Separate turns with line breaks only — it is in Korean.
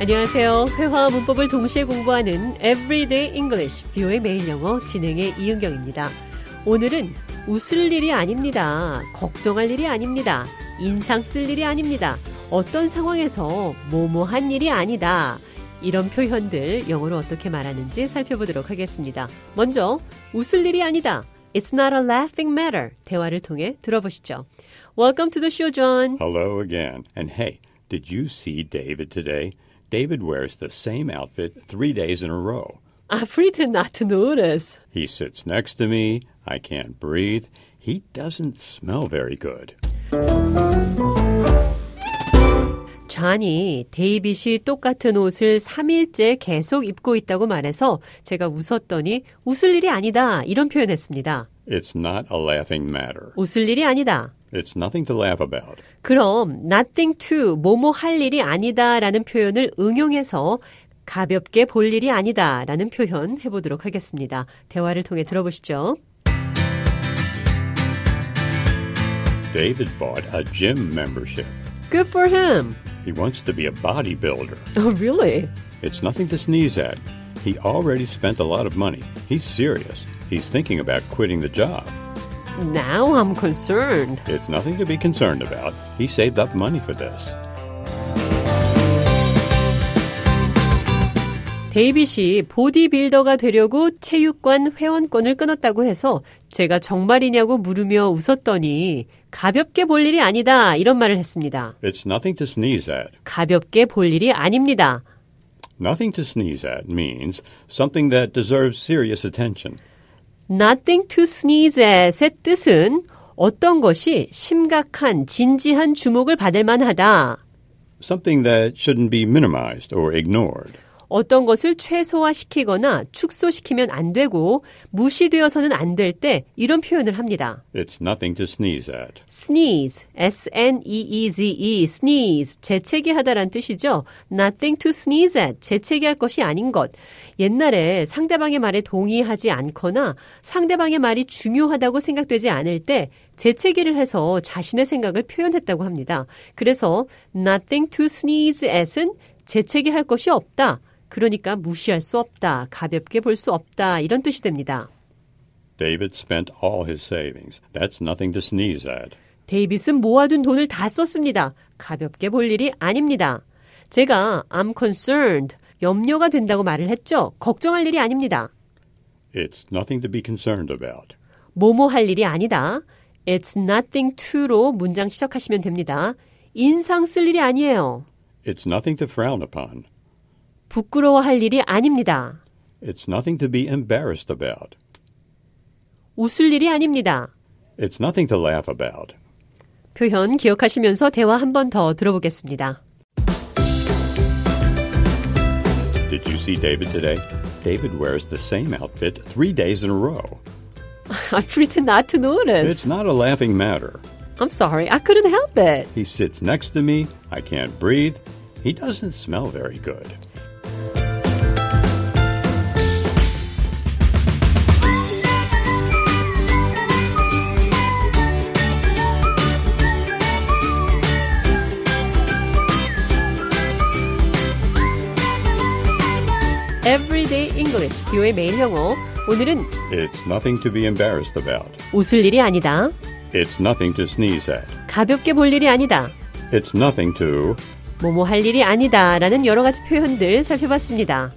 안녕하세요. 회화와 문법을 동시에 공부하는 Everyday English, 뷰의 매일 영어 진행의 이은경입니다. 오늘은 웃을 일이 아닙니다. 걱정할 일이 아닙니다. 인상 쓸 일이 아닙니다. 어떤 상황에서 뭐뭐한 일이 아니다. 이런 표현들 영어로 어떻게 말하는지 살펴보도록 하겠습니다. 먼저 웃을 일이 아니다. It's not a laughing matter. 대화를 통해 들어보시죠. Welcome to the show, John.
Hello again. And hey, did you see David today? David wears the same outfit three days in a row.
I pretend not to notice.
He sits next to me. I can't breathe. He doesn't smell very good.
존이 데이빗이 똑같은 옷을 3일째 계속 입고 있다고 말해서 제가 웃었더니 웃을 일이 아니다 이런 표현했습니다.
It's not a laughing matter.
웃을 일이 아니다.
It's nothing to laugh about.
그럼 nothing to 뭐뭐 할 일이 아니다라는 표현을 응용해서 가볍게 볼 일이 아니다라는 표현 해보도록 하겠습니다. 대화를 통해 들어보시죠.
David bought a gym membership.
Good for him.
He wants to be a bodybuilder.
Oh, really?
It's nothing to sneeze at. He already spent a lot of money. He's serious. He's thinking about quitting the job.
Now I'm concerned.
It's nothing to be concerned about. He saved up money for this.
데이빗이 보디빌더가 되려고 체육관 회원권을 끊었다고 해서 제가 정말이냐고 물으며 웃었더니 가볍게 볼 일이 아니다 이런 말을 했습니다.
It's nothing to sneeze at.
가볍게 볼 일이 아닙니다.
Nothing to sneeze at means something that deserves serious attention.
Nothing to sneeze at의 뜻은 어떤 것이 심각한 진지한 주목을 받을 만하다.
Something that shouldn't be minimized or ignored.
어떤 것을 최소화시키거나 축소시키면 안 되고 무시되어서는 안 될 때 이런 표현을 합니다.
It's nothing to sneeze at.
sneeze, E s-n-e-e-z-e, sneeze, 재채기하다란 뜻이죠. nothing to sneeze at, 재채기할 것이 아닌 것. 옛날에 상대방의 말에 동의하지 않거나 상대방의 말이 중요하다고 생각되지 않을 때 재채기를 해서 자신의 생각을 표현했다고 합니다. 그래서 nothing to sneeze at은 재채기할 것이 없다. 그러니까 무시할 수 없다. 가볍게 볼 수 없다. 이런 뜻이 됩니다.
David spent all his savings. That's nothing to sneeze at.
데이빗은 모아둔 돈을 다 썼습니다. 가볍게 볼 일이 아닙니다. 제가 I'm concerned, 염려가 된다고 말을 했죠. 걱정할 일이 아닙니다.
It's nothing to be concerned about.
뭐뭐 할 일이 아니다. It's nothing to로 문장 시작하시면 됩니다. 인상 쓸 일이 아니에요.
It's nothing to frown upon.
부끄러워할 일이 아닙니다.
It's nothing to be embarrassed about.
웃을 일이 아닙니다.
It's nothing to laugh about.
표현 기억하시면서 대화 한 번 더 들어보겠습니다.
Did you see David today? David wears the same outfit three days in a row.
I pretend not to notice.
It's not a laughing matter.
I'm sorry, I couldn't help it.
He sits next to me. I can't breathe. He doesn't smell very good.
Everyday English, 뷰의 매일 영어. 오늘은
It's nothing to be embarrassed about.
웃을 일이 아니다.
It's nothing to sneeze at.
가볍게 볼 일이 아니다.
It's nothing to.
뭐뭐 할 일이 아니다. 라는 여러 가지 표현들 살펴봤습니다.